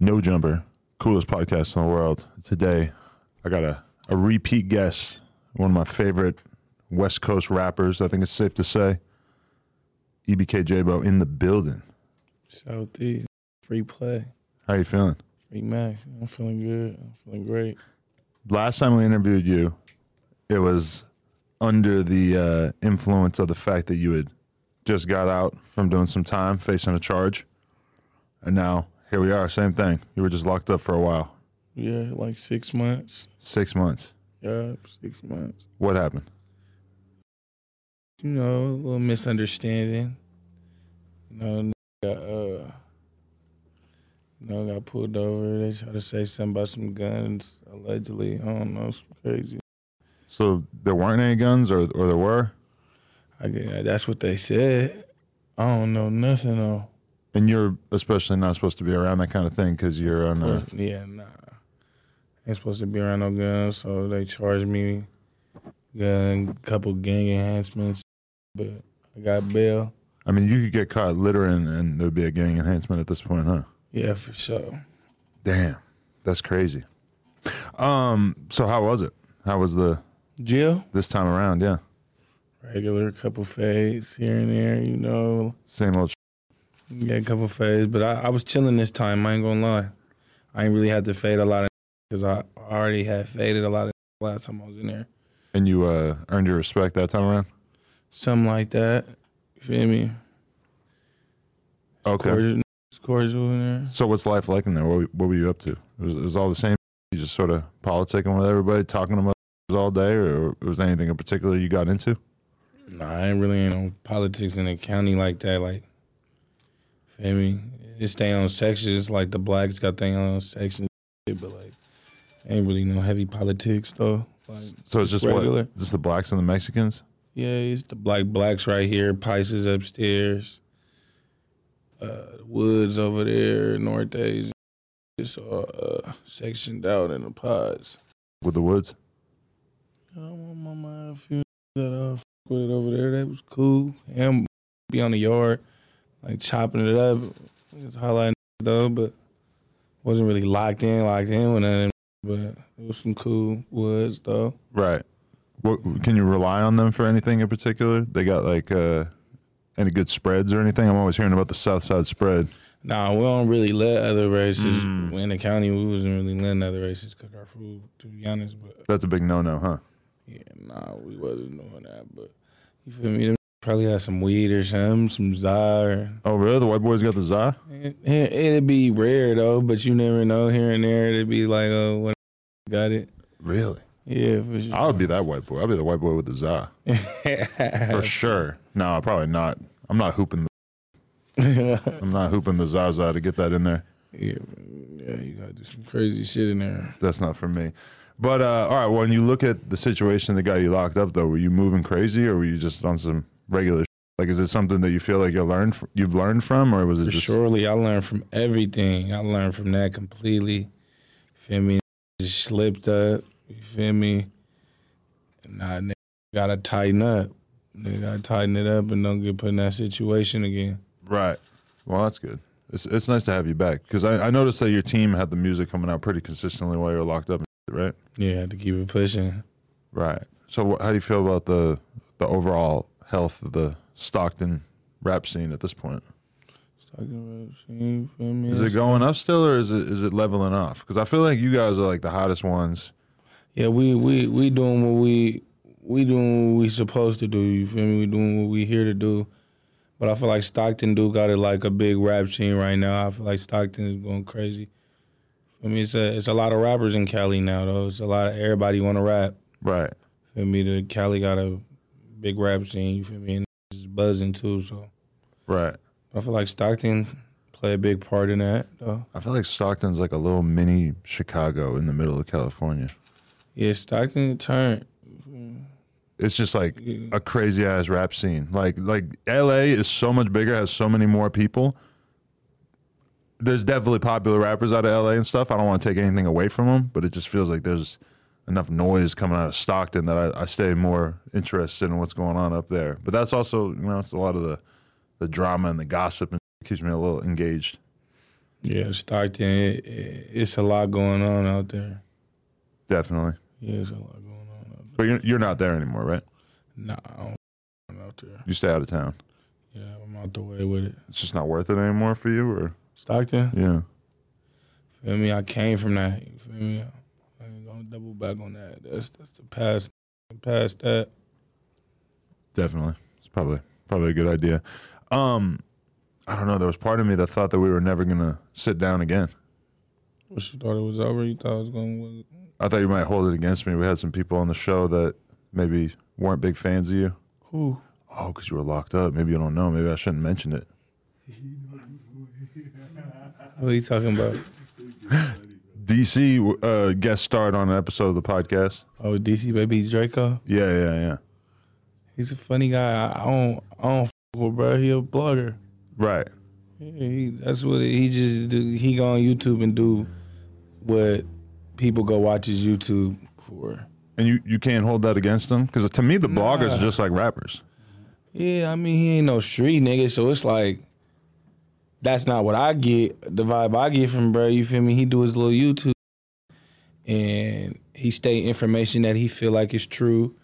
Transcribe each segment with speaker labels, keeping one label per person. Speaker 1: No Jumper, coolest podcast in the world. Today, I got a, a repeat guest, one of my favorite West Coast rappers, I think it's safe to say. E EBK Jabo in the building.
Speaker 2: Southeast, free play,
Speaker 1: How you feeling?
Speaker 2: free max. I'm feeling good. I'm feeling great.
Speaker 1: Last time we interviewed you, it was under the uh, influence of the fact that you had just got out from doing some time facing a charge. And now here we are, same thing. You were just locked up for a while,
Speaker 2: Yeah, like six months.
Speaker 1: six months.
Speaker 2: Yeah, six months.
Speaker 1: What happened?
Speaker 2: You know, a little misunderstanding. You know, got uh, you know, got pulled over. They tried to say something about some guns, allegedly. I don't know. It's crazy.
Speaker 1: So there weren't any guns, or or there were,
Speaker 2: I get, that's what they said. I don't know nothing though.
Speaker 1: and you're especially not supposed to be around that kind of thing because you're on a
Speaker 2: Yeah, nah. Ain't supposed to be around no guns, so they charged me gun, couple gang enhancements, but I got bail.
Speaker 1: I mean, you could get caught littering, and there'd be a gang enhancement at this point, huh?
Speaker 2: Yeah, for sure.
Speaker 1: Damn, that's crazy. Um, so how was it? How was the
Speaker 2: Jill,
Speaker 1: this time around? Yeah,
Speaker 2: regular couple fades here and there, you know.
Speaker 1: same old. Sh-
Speaker 2: Yeah, a couple fades, but I, I was chilling this time. I ain't gonna lie. I ain't really had to fade a lot of because I already had faded a lot of last time I was in there.
Speaker 1: and you uh, earned your respect that time around.
Speaker 2: Something like that. You feel me?
Speaker 1: Okay.
Speaker 2: Cordial, it's cordial in there.
Speaker 1: So what's life like in there? What, were- what were you up to? It was, it was all the same. You just sort of politicking with everybody, talking to motherfuckers all day, or was there anything in particular you got into?
Speaker 2: Nah, I ain't really in on politics in the county like that. Like, feel me? It's they own sections. Like the blacks got their own section, but like, ain't really no heavy politics though. Like,
Speaker 1: So it's just
Speaker 2: Regular.
Speaker 1: what just the blacks and the Mexicans.
Speaker 2: yeah, it's the black blacks right here. Pice is upstairs. Uh, Woods over there, North Days. It's all uh, sectioned out in the pods.
Speaker 1: with the woods.
Speaker 2: I'm on my a few that I fuck with over there. That was cool. Him be on the yard, like chopping it up. It's highlighting though, but wasn't really locked in, locked in with none of them. But it was some cool woods though.
Speaker 1: Right. What can you rely on them for anything in particular? They got like uh, any good spreads or anything? I'm always hearing about the South Side spread.
Speaker 2: Nah, we don't really let other races
Speaker 1: Mm.
Speaker 2: in the county. We wasn't really letting other races cook our food, to be honest. But
Speaker 1: That's a big no-no, huh?
Speaker 2: yeah, nah, we wasn't doing that. But you feel me? Them Probably had some weed or something, some zyre.
Speaker 1: Oh, really? The white boys got the za?
Speaker 2: It, it'd be rare though, but you never know. Here and there, it'd be like, oh, what got it?
Speaker 1: Really?
Speaker 2: Yeah, for sure.
Speaker 1: I would be that white boy. I'd be the white boy with the za for sure. No, probably not. I'm not hooping. The,
Speaker 2: yeah,
Speaker 1: I'm not hooping the zaza to get that in there.
Speaker 2: yeah, you gotta do some crazy shit in there.
Speaker 1: That's not for me. But uh, all right, when you look at the situation that got you locked up, though, were you moving crazy or were you just on some regular? Sh- like, is it something that you feel like you learned fr- you've learned from, or was it
Speaker 2: For
Speaker 1: just
Speaker 2: surely, I learned from everything. I learned from that completely. Feel me? Just slipped up. You feel me? Nah, nigga, gotta tighten up. Nigga, gotta tighten it up and don't get put in that situation again.
Speaker 1: Right. Well, that's good. It's it's nice to have you back because I, I noticed that your team had the music coming out pretty consistently while you were locked up, and shit, right?
Speaker 2: Yeah, had to keep it pushing.
Speaker 1: Right. So, wh- how do you feel about the the overall health of the Stockton rap scene at this point?
Speaker 2: Talking about shit, you feel me?
Speaker 1: Is it going up still, or is it is it leveling off? Because I feel like you guys are like the hottest ones.
Speaker 2: Yeah, we we we doing what we we doing what we supposed to do. You feel me? We doing what we here to do. But I feel like Stockton do got it like a big rap scene right now. I feel like Stockton is going crazy. I mean, it's a it's a lot of rappers in Cali now though. It's a lot of everybody want to rap.
Speaker 1: Right.
Speaker 2: Feel me? The Cali got a big rap scene. You feel me? And it's buzzing too. So
Speaker 1: Right.
Speaker 2: I feel like Stockton play a big part in that though.
Speaker 1: I feel like Stockton's like a little mini Chicago in the middle of California.
Speaker 2: Yeah, Stockton turned.
Speaker 1: It's just like a crazy ass rap scene. Like like LA is so much bigger, has so many more people. There's definitely popular rappers out of LA and stuff. I don't want to take anything away from them, but it just feels like there's enough noise coming out of Stockton that I, I stay more interested in what's going on up there. But that's also you know it's a lot of the the drama and the gossip and keeps me a little engaged.
Speaker 2: Yeah, Stockton, it, it, it's a lot going on out there.
Speaker 1: Definitely.
Speaker 2: Yeah, it's a lot going on out there.
Speaker 1: But you're, you're not there anymore, right?
Speaker 2: Nah, I don't I'm out there.
Speaker 1: You stay out of town.
Speaker 2: Yeah, I'm out the way with it.
Speaker 1: It's just not worth it anymore for you, or
Speaker 2: Stockton,
Speaker 1: yeah.
Speaker 2: feel me? I came from that. You feel me? I ain't gonna double back on that. That's that's the past. Past that.
Speaker 1: Definitely. It's probably probably a good idea. Um, I don't know. There was part of me that thought that we were never gonna sit down again.
Speaker 2: What you thought it was over? You thought it was going to
Speaker 1: I thought you might hold it against me. We had some people on the show that maybe weren't big fans of you.
Speaker 2: who?
Speaker 1: Oh, because you were locked up. Maybe you don't know. Maybe I shouldn't mention it.
Speaker 2: Who are you talking about?
Speaker 1: DC uh, guest starred on an episode of the podcast.
Speaker 2: Oh, DC baby Draco.
Speaker 1: Yeah, yeah, yeah.
Speaker 2: He's a funny guy. I, I don't, I don't f- with bro. He a blogger.
Speaker 1: Right.
Speaker 2: Yeah, he, that's what he just do. He go on YouTube and do what people go watch his YouTube for.
Speaker 1: And you, you can't hold that against them because to me the bloggers
Speaker 2: Nah.
Speaker 1: are just like rappers.
Speaker 2: Yeah, I mean he ain't no street nigga, so it's like that's not what I get. The vibe I get from bro, you feel me? He do his little YouTube and he stay information that he feel like is true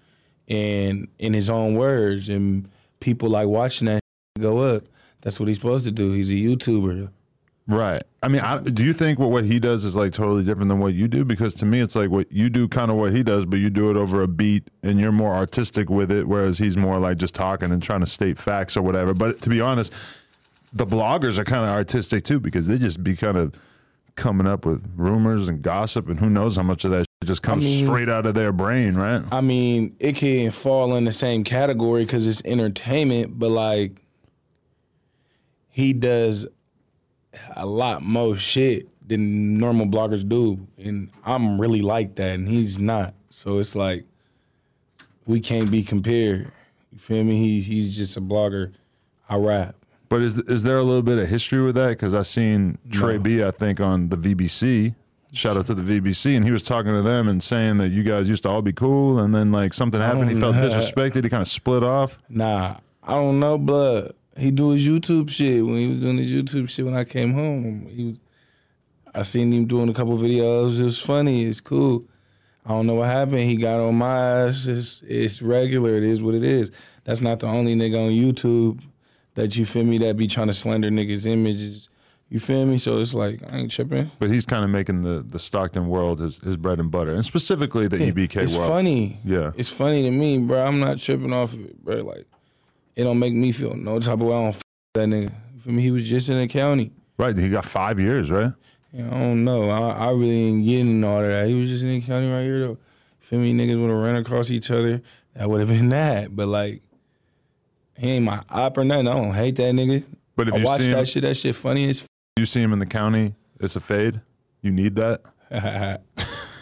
Speaker 2: and in his own words and people like watching that go up. That's what he's supposed to do. He's a YouTuber.
Speaker 1: Right. I mean, I, do you think what what he does is like totally different than what you do? Because to me, it's like what you do, kind of what he does, but you do it over a beat, and you're more artistic with it, whereas he's more like just talking and trying to state facts or whatever. But to be honest, the bloggers are kind of artistic too because they just be kind of coming up with rumors and gossip, and who knows how much of that shit just comes
Speaker 2: mean-
Speaker 1: straight out of their brain, right?
Speaker 2: I mean, it can fall in the same category because it's entertainment, but like he does a lot more shit than normal bloggers do, and I'm really like that, and he's not. So it's like we can't be compared. You feel me? He's he's just a blogger. I rap.
Speaker 1: But is is there a little bit of history with that? Because I seen Trey B, I think, on the VBC. Shout out to the VBC, and he was talking to them and saying that you guys used to all be cool, and then like something happened, he
Speaker 2: don't
Speaker 1: felt
Speaker 2: know.
Speaker 1: disrespected, he kind of split off.
Speaker 2: Nah, I don't know, blood. He do his YouTube shit. When he was doing his YouTube shit, when I came home, he was. I seen him doing a couple videos. It was funny. It's cool. I don't know what happened. He got on my ass. It's, it's regular. It is what it is. That's not the only nigga on YouTube that you feel me that be trying to slander niggas' images. You feel me? So it's like I ain't tripping.
Speaker 1: But he's kind of making the the Stockton world his, his bread and butter, and specifically the EBK
Speaker 2: it's
Speaker 1: world.
Speaker 2: funny.
Speaker 1: Yeah,
Speaker 2: It's funny to me, bro. I'm not tripping off of it, bro. Like, it don't make me feel no type of way. I don't f- that nigga. For me, he was just in the county.
Speaker 1: right. He got five years, right?
Speaker 2: Yeah, I don't know. I, I really ain't getting all of that. He was just in the county right here, though. Feel me? Niggas would have ran across each other. That would have been that. But, like, he ain't my op or nothing. I don't hate that nigga.
Speaker 1: But if
Speaker 2: I
Speaker 1: you
Speaker 2: watch
Speaker 1: see him,
Speaker 2: that shit. That shit funny as
Speaker 1: you see him in the county, it's a fade. You need that.
Speaker 2: f-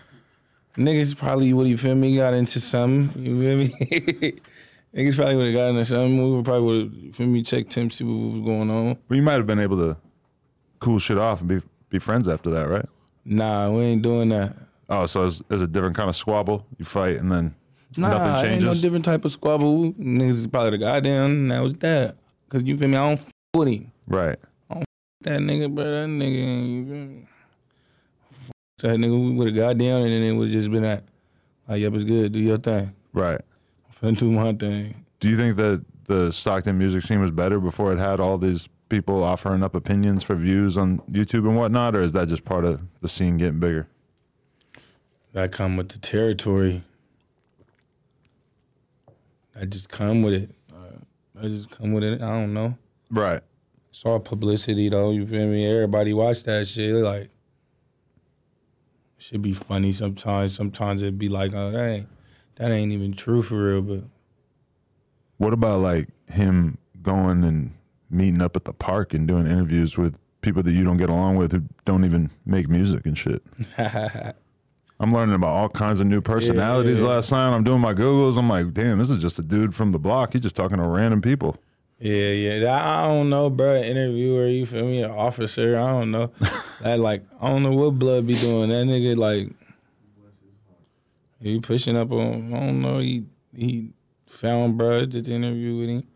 Speaker 2: Niggas probably, what do you feel me, got into something. You feel me? Niggas probably would have gotten into something. We would probably would have, feel me, check Tim, see what was going on.
Speaker 1: Well, you might have been able to cool shit off and be be friends after that, right?
Speaker 2: Nah, we ain't doing that.
Speaker 1: Oh, so it's, it's a different kind of squabble. You fight and then
Speaker 2: Nah,
Speaker 1: nothing
Speaker 2: ain't no
Speaker 1: changes.
Speaker 2: different type of squabble. Niggas is probably the goddamn, and that was that. Cause you feel me? I don't f- with him.
Speaker 1: right.
Speaker 2: That nigga, bro, that nigga, you feel me? F- That nigga, we would have got down and then it would just been that. Like, yep, it's good. Do your thing.
Speaker 1: Right.
Speaker 2: I'm finna do my thing.
Speaker 1: Do you think that the Stockton music scene was better before it had all these people offering up opinions for views on YouTube and whatnot, or is that just part of the scene getting bigger?
Speaker 2: That come with the territory. That just come with it. Uh, I just come with it. I don't know.
Speaker 1: Right.
Speaker 2: It's all publicity though, you feel me? Everybody watch that shit. they Like should be funny sometimes. Sometimes it'd be like, oh, that ain't that ain't even true for real, but
Speaker 1: What about like him going and meeting up at the park and doing interviews with people that you don't get along with who don't even make music and shit? I'm learning about all kinds of new personalities
Speaker 2: yeah.
Speaker 1: last night. I'm doing my Googles. I'm like, damn, this is just a dude from the block. He's just talking to random people.
Speaker 2: Yeah, yeah. That- I don't know, bro. Interviewer, you feel me? An officer, I don't know. that like I don't know what blood be doing. That nigga like he pushing up on I don't know, he he found bro did the interview with him.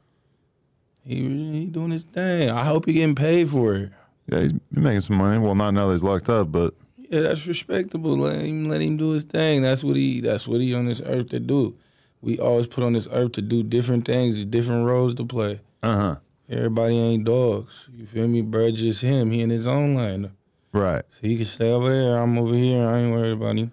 Speaker 2: He he doing his thing. I hope he getting paid for it.
Speaker 1: Yeah, he's making some money. Well, not now that he's locked up, but
Speaker 2: Yeah, that's respectable. Let him let him do his thing. That's what he that's what he on this earth to do. We always put on this earth to do different things, different roles to play.
Speaker 1: uh huh.
Speaker 2: Everybody ain't dogs. You feel me, bro? Just him. He in his own lane.
Speaker 1: Right.
Speaker 2: So he can stay over there. I'm over here. I ain't worried about him.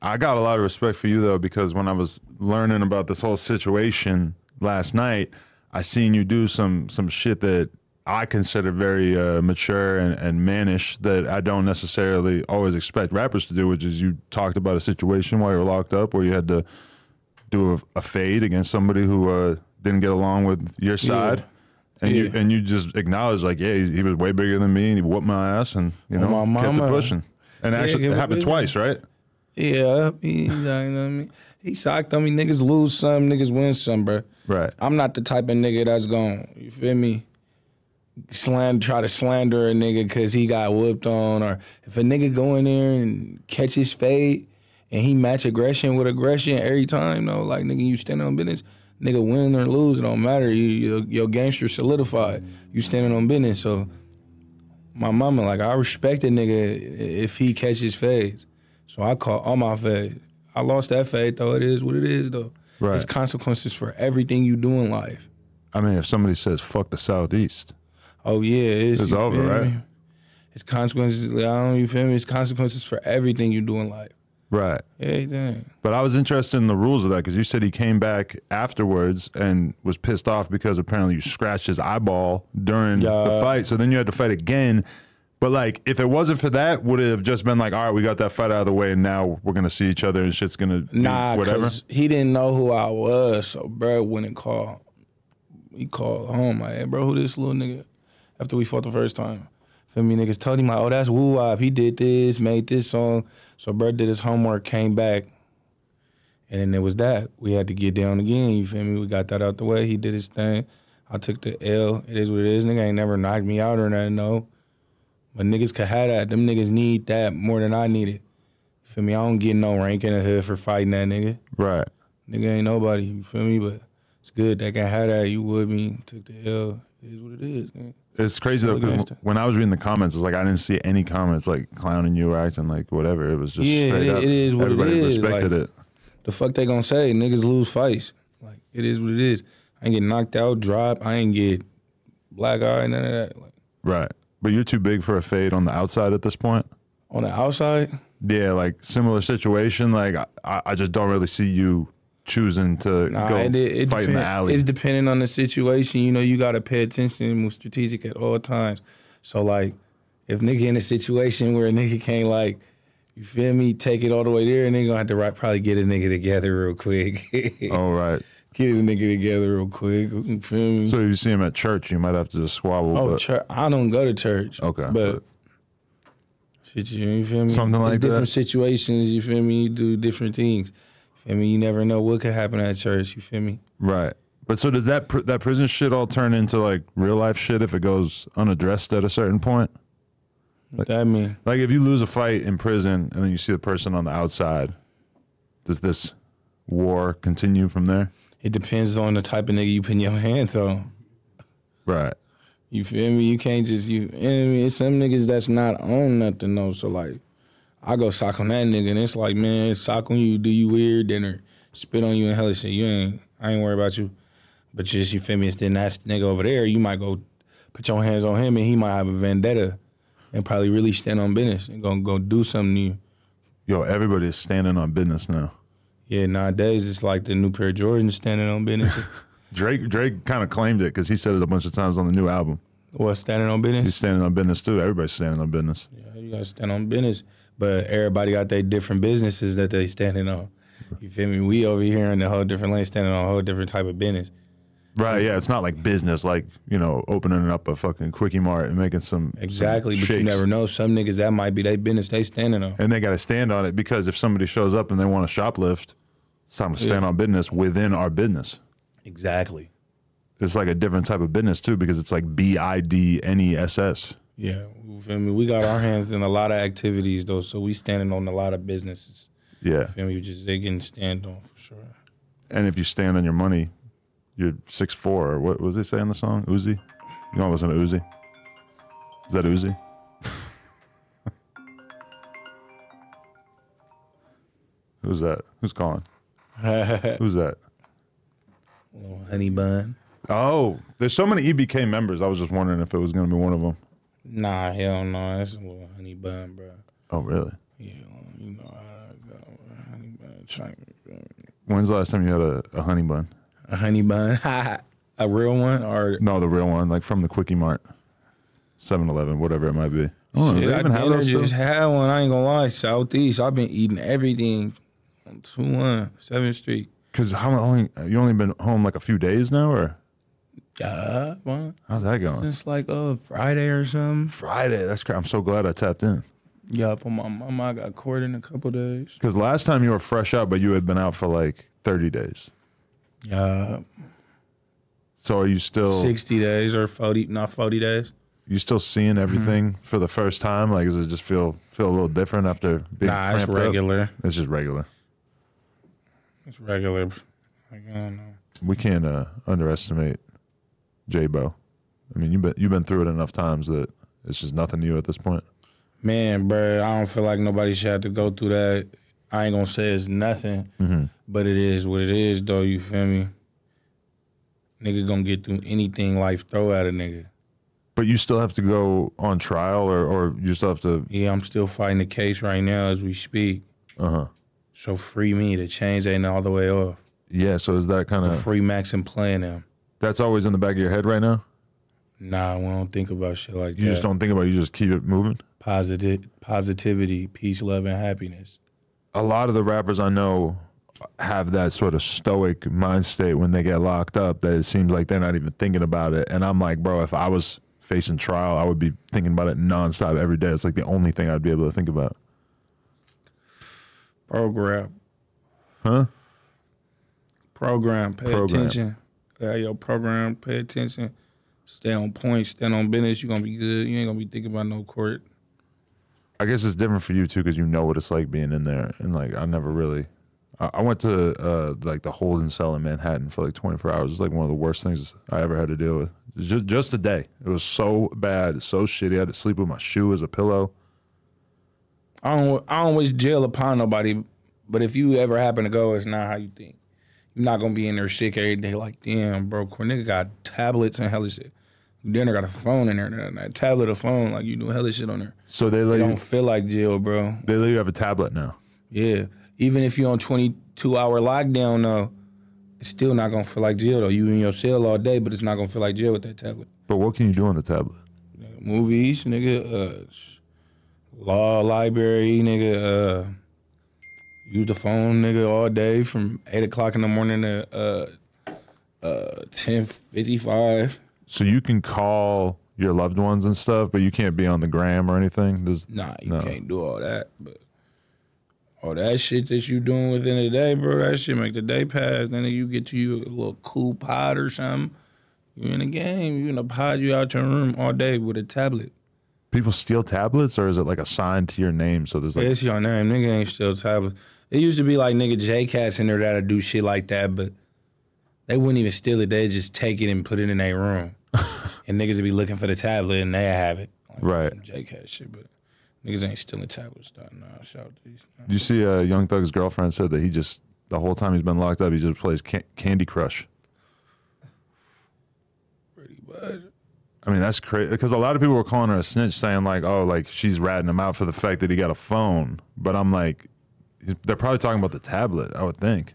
Speaker 1: I got a lot of respect for you though, because when I was learning about this whole situation last night, I seen you do some some shit that I consider very uh, mature and, and mannish that I don't necessarily always expect rappers to do, which is you talked about a situation while you were locked up where you had to do a, a fade against somebody who uh, didn't get along with your side. And you
Speaker 2: Yeah.
Speaker 1: and you just acknowledge like, yeah, he, he was way bigger than me, and he whooped my ass, and you know,
Speaker 2: Well, my
Speaker 1: kept it
Speaker 2: mama-
Speaker 1: pushing. And
Speaker 2: Yeah,
Speaker 1: actually,
Speaker 2: give
Speaker 1: it
Speaker 2: it
Speaker 1: happened
Speaker 2: bigger.
Speaker 1: twice, right?
Speaker 2: Yeah, he, you know what I mean? He socked on me. Niggas lose some, niggas win some, bro.
Speaker 1: Right.
Speaker 2: I'm not the type of nigga that's going, you feel me? Sland, try to slander a nigga because he got whooped on, or if a nigga go in there and catch his fade and he match aggression with aggression every time, though, like nigga, you stand on business, nigga, win or lose, it don't matter. You, your, your gangster solidified. You standing on business, so my mama, like I respect a nigga if he catches fades. So I call all my fade. I lost that fade though. It is what it is though.
Speaker 1: Right.
Speaker 2: There's consequences for everything you do in life.
Speaker 1: I mean, if somebody says "fuck the Southeast,"
Speaker 2: Oh yeah, it's,
Speaker 1: It's
Speaker 2: you
Speaker 1: over,
Speaker 2: feel
Speaker 1: right?
Speaker 2: me? It's consequences. I don't you feel me? It's consequences for everything you do in life.
Speaker 1: right?
Speaker 2: Everything.
Speaker 1: But I was interested in the rules of that because you said he came back afterwards and was pissed off because apparently you scratched his eyeball during the
Speaker 2: Yeah.
Speaker 1: fight. So then you had to fight again. But like, if it wasn't for that, would it have just been like, all right, we got that fight out of the way, and now we're gonna see each other and shit's gonna be
Speaker 2: Nah,
Speaker 1: whatever.
Speaker 2: cause he didn't know who I was, so bro wouldn't call. He called home. Like, hey, bro, who this little nigga? After we fought the first time, feel me? Niggas told him like, oh, that's Woo Wop. He did this, made this song. So bro did his homework, came back, and then it was that. We had to get down again. You feel me? We got that out the way. He did his thing. I took the L. It is what it is. Nigga ain't never knocked me out or nothing. No, but niggas could have that. Them niggas need that more than I need it. Feel me? I don't get no rank in the hood for fighting that nigga.
Speaker 1: Right.
Speaker 2: Nigga ain't nobody. You feel me? But it's good. They can have that. You would me. Took the L. It is what it is. nigga.
Speaker 1: It's crazy though. 'cause
Speaker 2: Gangsta.
Speaker 1: When I was reading the comments, it's like I didn't see any comments like clowning you or acting like whatever. It was just
Speaker 2: Yeah,
Speaker 1: straight
Speaker 2: it-
Speaker 1: up.
Speaker 2: it is what it
Speaker 1: Everybody
Speaker 2: is,
Speaker 1: respected
Speaker 2: like-
Speaker 1: it.
Speaker 2: The fuck they gonna say? Niggas lose fights. Like it is what it is. I ain't get knocked out, drop. I ain't get black eye, none of that. Like
Speaker 1: Right. But you're too big for a fade on the outside at this point.
Speaker 2: on the outside,
Speaker 1: Yeah, like similar situation. Like I, I just don't really see you choosing to
Speaker 2: nah,
Speaker 1: go
Speaker 2: it, it
Speaker 1: fight in the
Speaker 2: depend-
Speaker 1: alley.
Speaker 2: It's depending on the situation. You know, you gotta pay attention and strategic at all times. So like, if nigga in a situation where a nigga can't like, you feel me, take it all the way there, and they gonna have to ri- probably get a nigga together real quick.
Speaker 1: oh right.
Speaker 2: get a nigga together real quick. You feel me?
Speaker 1: So if you see him at church, you might have to just squabble.
Speaker 2: oh,
Speaker 1: but
Speaker 2: church. I don't go to church.
Speaker 1: Okay,
Speaker 2: but.
Speaker 1: but-
Speaker 2: Shit, you, you feel me?
Speaker 1: Something
Speaker 2: It's
Speaker 1: like that.
Speaker 2: different situations, you feel me? You do different things. You feel me? You never know what could happen at church, you feel me?
Speaker 1: right. But so does that pr- that prison shit all turn into like real life shit if it goes unaddressed at a certain point?
Speaker 2: What that mean?
Speaker 1: Like if you lose a fight in prison and then you see the person on the outside, does this war continue from there?
Speaker 2: It depends on the type of nigga you put your hands on.
Speaker 1: Right.
Speaker 2: You feel me? You can't just you. I mean, it's some niggas that's not on nothing though. So like, I go sock on that nigga, and it's like, man, sock on you, do you weird, then or spit on you and hella shit. You ain't, I ain't worried about you. But just you feel me? It's then that nigga over there. You might go put your hands on him, and he might have a vendetta, and probably really stand on business and gonna go do something to you.
Speaker 1: Yo, everybody is standing on business now.
Speaker 2: Yeah, nowadays it's like the new pair of Jordans standing on business.
Speaker 1: Drake Drake kind of claimed it because he said it a bunch of times on the new album.
Speaker 2: what standing on business?
Speaker 1: He's standing on business too. Everybody's standing on business.
Speaker 2: Yeah, you gotta stand on business. But everybody got their different businesses that they standing on. You feel me? We over here in the whole different lane standing on a whole different type of business.
Speaker 1: Right. Yeah. It's not like business, like, you know, opening up a fucking Quickie Mart and making some. some
Speaker 2: Exactly. But you
Speaker 1: shakes.
Speaker 2: never know. Some niggas that might be their business they standing on.
Speaker 1: And they got to stand on it because if somebody shows up and they want to shoplift, it's time to stand on business within our business.
Speaker 2: Exactly.
Speaker 1: It's like a different type of business too because it's like B I D N E S S.
Speaker 2: Yeah. You feel me? We got our hands in a lot of activities though, so we standing on a lot of businesses.
Speaker 1: Yeah.
Speaker 2: Feel me? We just they getting stand on for sure.
Speaker 1: And if you stand on your money, you're six four. What was they saying in the song? Uzi? You don't listen to Uzi? Is that Uzi? Who's that? Who's calling? Who's that?
Speaker 2: Little honey bun.
Speaker 1: Oh, there's so many EBK members. I was just wondering if it was going to be one of them.
Speaker 2: Nah, hell no. That's a little honey bun, bro.
Speaker 1: Oh, really?
Speaker 2: Yeah, you know how I go. Honey bun, try
Speaker 1: When's the last time you had a, a honey bun?
Speaker 2: a honey bun, a real one, or
Speaker 1: No, the real one, like from the Quickie Mart, 7 Eleven, whatever it might be. Oh,
Speaker 2: Shit,
Speaker 1: they even
Speaker 2: I
Speaker 1: have
Speaker 2: did
Speaker 1: those still?
Speaker 2: just had one. I ain't gonna lie, Southeast. I've been eating everything on two one Seventh Street.
Speaker 1: Because how only you only been home like a few days now, or
Speaker 2: Yeah, man.
Speaker 1: how's that going?
Speaker 2: uh, Since like uh Friday or something.
Speaker 1: Friday. That's crazy. I'm so glad I tapped in.
Speaker 2: Yup, on my mama, I got court in a couple days.
Speaker 1: Because last time you were fresh out, but you had been out for like 30 days.
Speaker 2: Yeah,
Speaker 1: So are you still
Speaker 2: sixty days or forty, not forty days.
Speaker 1: you still seeing everything
Speaker 2: Mm-hmm.
Speaker 1: for the first time? Like, does it just feel feel a little different after being
Speaker 2: Nah, it's
Speaker 1: cramped up?
Speaker 2: regular.
Speaker 1: It's just regular.
Speaker 2: It's regular. Like, I don't know.
Speaker 1: We can't uh, underestimate J Bo. I mean, you've been you've been through it enough times that it's just nothing new at this point.
Speaker 2: Man, bro, I don't feel like nobody should have to go through that. I ain't gonna say it's nothing,
Speaker 1: Mm-hmm.
Speaker 2: but it is what it is, though. You feel me? Nigga gonna get through anything life throw at a nigga.
Speaker 1: But you still have to go on trial, or or you still have to.
Speaker 2: Yeah, I'm still fighting the case right now as we speak.
Speaker 1: Uh huh.
Speaker 2: So free me. The chains ain't all the way off.
Speaker 1: Yeah. So is that kind of
Speaker 2: Free Max and playing them.
Speaker 1: that's always in the back of your head right now?
Speaker 2: Nah, we don't think about shit like
Speaker 1: You
Speaker 2: that.
Speaker 1: just don't think about. it, You just keep it moving.
Speaker 2: Positive, positivity, peace, love, and happiness.
Speaker 1: a lot of the rappers I know have that sort of stoic mind state when they get locked up that it seems like they're not even thinking about it. And I'm like, bro, if I was facing trial, I would be thinking about it nonstop every day. It's like the only thing I'd be able to think about.
Speaker 2: Program.
Speaker 1: Huh?
Speaker 2: Program. Pay
Speaker 1: Program.
Speaker 2: attention. Yeah, your program. Pay attention. Stay on point. Stand on business. you going to be good. You ain't going to be thinking about no court.
Speaker 1: I guess it's different for you too because you know what it's like being in there. And like, I never really. I I went to uh, like the holding cell in Manhattan for like 24 hours. It's like one of the worst things I ever had to deal with. Just, just a day. It was so bad, so shitty. I had to sleep with my shoe as a pillow.
Speaker 2: I don't, I don't wish jail upon nobody, but if you ever happen to go, it's not how you think. You're not going to be in there sick every day like, damn, bro, Court nigga got tablets and hella shit. Then I got a phone in there, and that tablet, a phone, like you do hella shit on there.
Speaker 1: So they let
Speaker 2: You
Speaker 1: you,
Speaker 2: don't feel like jail, bro.
Speaker 1: They let you have a tablet now.
Speaker 2: Yeah. Even if you're on 22 hour lockdown, though, it's still not gonna feel like jail, though. You in your cell all day, but it's not gonna feel like jail with that tablet.
Speaker 1: But what can you do on the tablet?
Speaker 2: Nigga, movies, nigga, uh, sh- law library, nigga, uh, use the phone, nigga, all day from 8 o'clock in the morning to uh, uh, 10.55.
Speaker 1: So you can call your loved ones and stuff, but you can't be on the gram or anything. There's,
Speaker 2: Nah, you
Speaker 1: No.
Speaker 2: can't do all that, but. All that shit that you doing within the day, bro, that shit make the day pass. Then you get to you a little cool pod or something. You in the game, you in a pod, you out your room all day with a tablet.
Speaker 1: people steal tablets, or is it like assigned to your name? So there's like,
Speaker 2: It's your name, nigga ain't still tablet. It used to be like nigga J Cats in there that'll do shit like that, but they wouldn't even steal it. They just take it and put it in their room. and niggas would be looking for the tablet and they have it. Like,
Speaker 1: Right.
Speaker 2: Some J Cat shit, but niggas ain't stealing tablets. Though. Nah, shout these.
Speaker 1: you see, uh, Young Thug's girlfriend said that he just the whole time he's been locked up, he just plays can- Candy Crush.
Speaker 2: Pretty bud.
Speaker 1: I mean, that's crazy because a lot of people were calling her a snitch, saying like, "Oh, like she's ratting him out for the fact that he got a phone." But I'm like, they're probably talking about the tablet. I would think.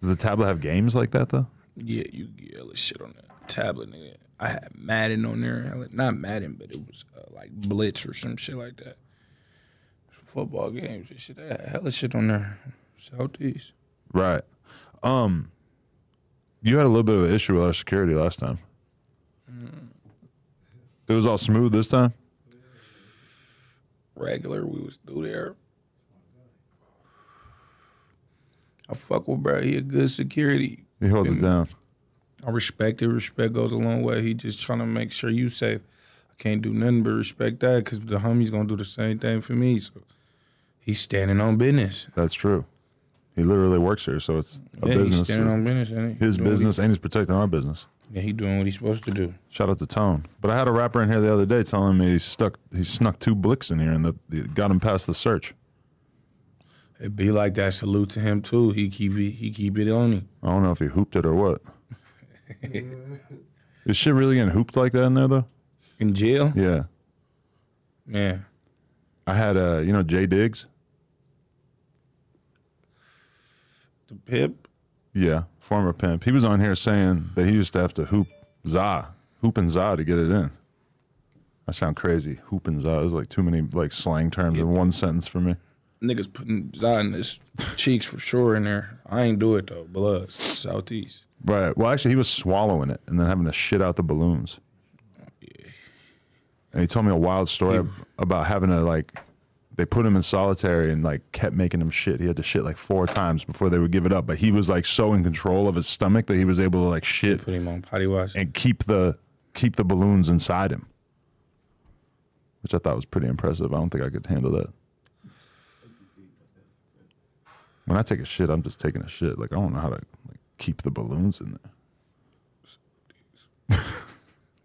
Speaker 1: Does the tablet have games like that though?
Speaker 2: Yeah, you get hella shit on the tablet, nigga. I had Madden on there, hella, not Madden, but it was uh, like Blitz or some shit like that. Football games and shit. I had hella shit on there. Southeast.
Speaker 1: Right. Um, you had a little bit of an issue with our security last time. Mm. It was all smooth this time.
Speaker 2: Regular, we was through there. I fuck with bro. He a good security.
Speaker 1: He holds it down.
Speaker 2: I respect it. Respect goes a long way. He just trying to make sure you safe. I can't do nothing but respect that because the homie's gonna do the same thing for me. So he's standing on business.
Speaker 1: That's true. He literally works here, so it's a
Speaker 2: yeah,
Speaker 1: business.
Speaker 2: he's standing on business. ain't he?
Speaker 1: his
Speaker 2: Doing what
Speaker 1: business and he's protecting our business.
Speaker 2: he- Yeah, he doing what he's supposed to do.
Speaker 1: Shout out to Tone. But I had a rapper in here the other day telling me he stuck he snuck two blicks in here and that it got him past the search.
Speaker 2: It be like that. Salute to him too. He keep it, he keep it on me.
Speaker 1: I don't know if he hooped it or what. Is shit really getting hooped like that in there though?
Speaker 2: In jail,
Speaker 1: Yeah.
Speaker 2: man.
Speaker 1: I had uh, you know, Jay Diggs.
Speaker 2: The Pip,
Speaker 1: Yeah, former pimp. He was on here saying that he used to have to hoop za, hoop and za to get it in. I sound crazy. Hoop and za is like too many like slang terms in one sentence for me.
Speaker 2: niggas putting Zion his cheeks for sure in there. I ain't do it though. Bloods, southeast.
Speaker 1: Right. Well, actually, he was swallowing it and then having to shit out the balloons. And he told me a wild story ab- about having to like, they put him in solitary and like kept making him shit. He had to shit like four times before they would give it up. But he was like so in control of his stomach that he was able to like shit
Speaker 2: Put him on potty wash.
Speaker 1: and keep the keep the balloons inside him, which I thought was pretty impressive. I don't think I could handle that. When I take a shit, I'm just taking a shit. Like I don't know how to like, keep the balloons in there.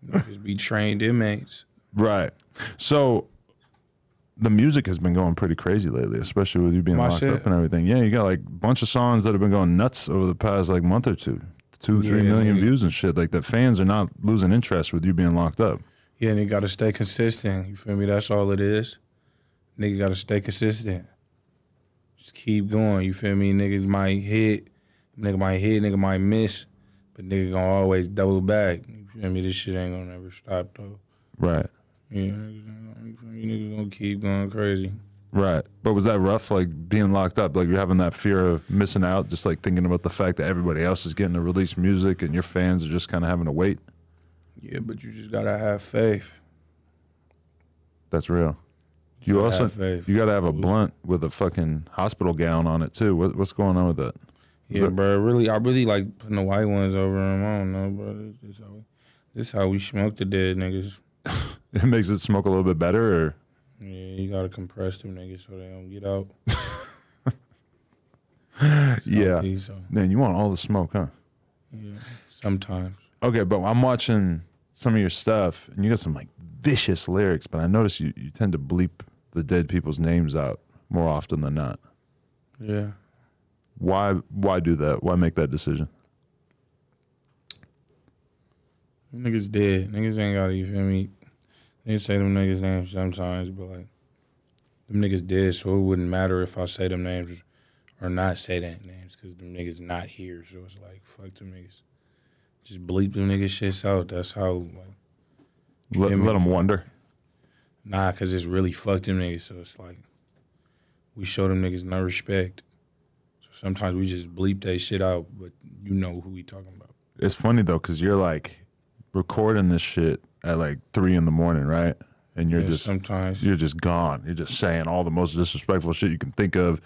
Speaker 2: Niggas be trained inmates.
Speaker 1: Right. So the music has been going pretty crazy lately, especially with you being
Speaker 2: My
Speaker 1: locked
Speaker 2: shit?
Speaker 1: up and everything. Yeah, you got like a bunch of songs that have been going nuts over the past like month or two, two, three million
Speaker 2: Yeah, nigga.
Speaker 1: views and shit. Like the fans are not losing interest with you being locked up.
Speaker 2: Yeah, and you gotta stay consistent. You feel me? That's all it is. Nigga gotta stay consistent. Just keep going. You feel me? Niggas might hit, nigga might hit, nigga might miss, but nigga gonna always double back. You feel me? This shit ain't gonna never stop though.
Speaker 1: Right.
Speaker 2: Yeah, niggas, ain't gonna- you feel me? Niggas gonna keep going crazy.
Speaker 1: Right. But was that rough, like being locked up? Like you're having that fear of missing out, just like thinking about the fact that everybody else is getting to release music and your fans are just kind of having to wait.
Speaker 2: Yeah, but you just gotta have faith.
Speaker 1: That's real. You
Speaker 2: Gotta
Speaker 1: also
Speaker 2: have faith.
Speaker 1: you got to have a blunt with a fucking hospital gown on it too. What, what's going on with that?
Speaker 2: Yeah, bro. Really, I really like putting the white ones over them. I don't know, bro. This is how we, this is how we smoke the dead niggas.
Speaker 1: It makes it smoke a little bit better, or
Speaker 2: Yeah, you gotta compress them niggas so they don't get out.
Speaker 1: yeah.
Speaker 2: These, so,
Speaker 1: Man, you want all the smoke, huh?
Speaker 2: yeah, sometimes.
Speaker 1: Okay, but I'm watching some of your stuff, and you got some like vicious lyrics. But I notice you, you tend to bleep the dead people's names out more often than not.
Speaker 2: Yeah.
Speaker 1: Why why do that? Why make that decision?
Speaker 2: Them niggas dead. Niggas ain't gotta, you feel me? They say them niggas' names sometimes, but like, them niggas dead, so it wouldn't matter if I say them names or not say that names, because them niggas not here. So it's like, fuck them niggas. Just bleep them niggas' shits out. That's how, like,
Speaker 1: Let,
Speaker 2: Yeah,
Speaker 1: let
Speaker 2: man.
Speaker 1: them wonder.
Speaker 2: Nah, cause it's really fucked them niggas. So it's like we show them niggas no respect. So sometimes we just bleep that shit out, but you know who we talking about.
Speaker 1: It's funny though, because you're like recording this shit at like three in the morning, right? And you're
Speaker 2: Yeah,
Speaker 1: just
Speaker 2: sometimes
Speaker 1: you're just gone. You're just saying all the most disrespectful shit you can think of.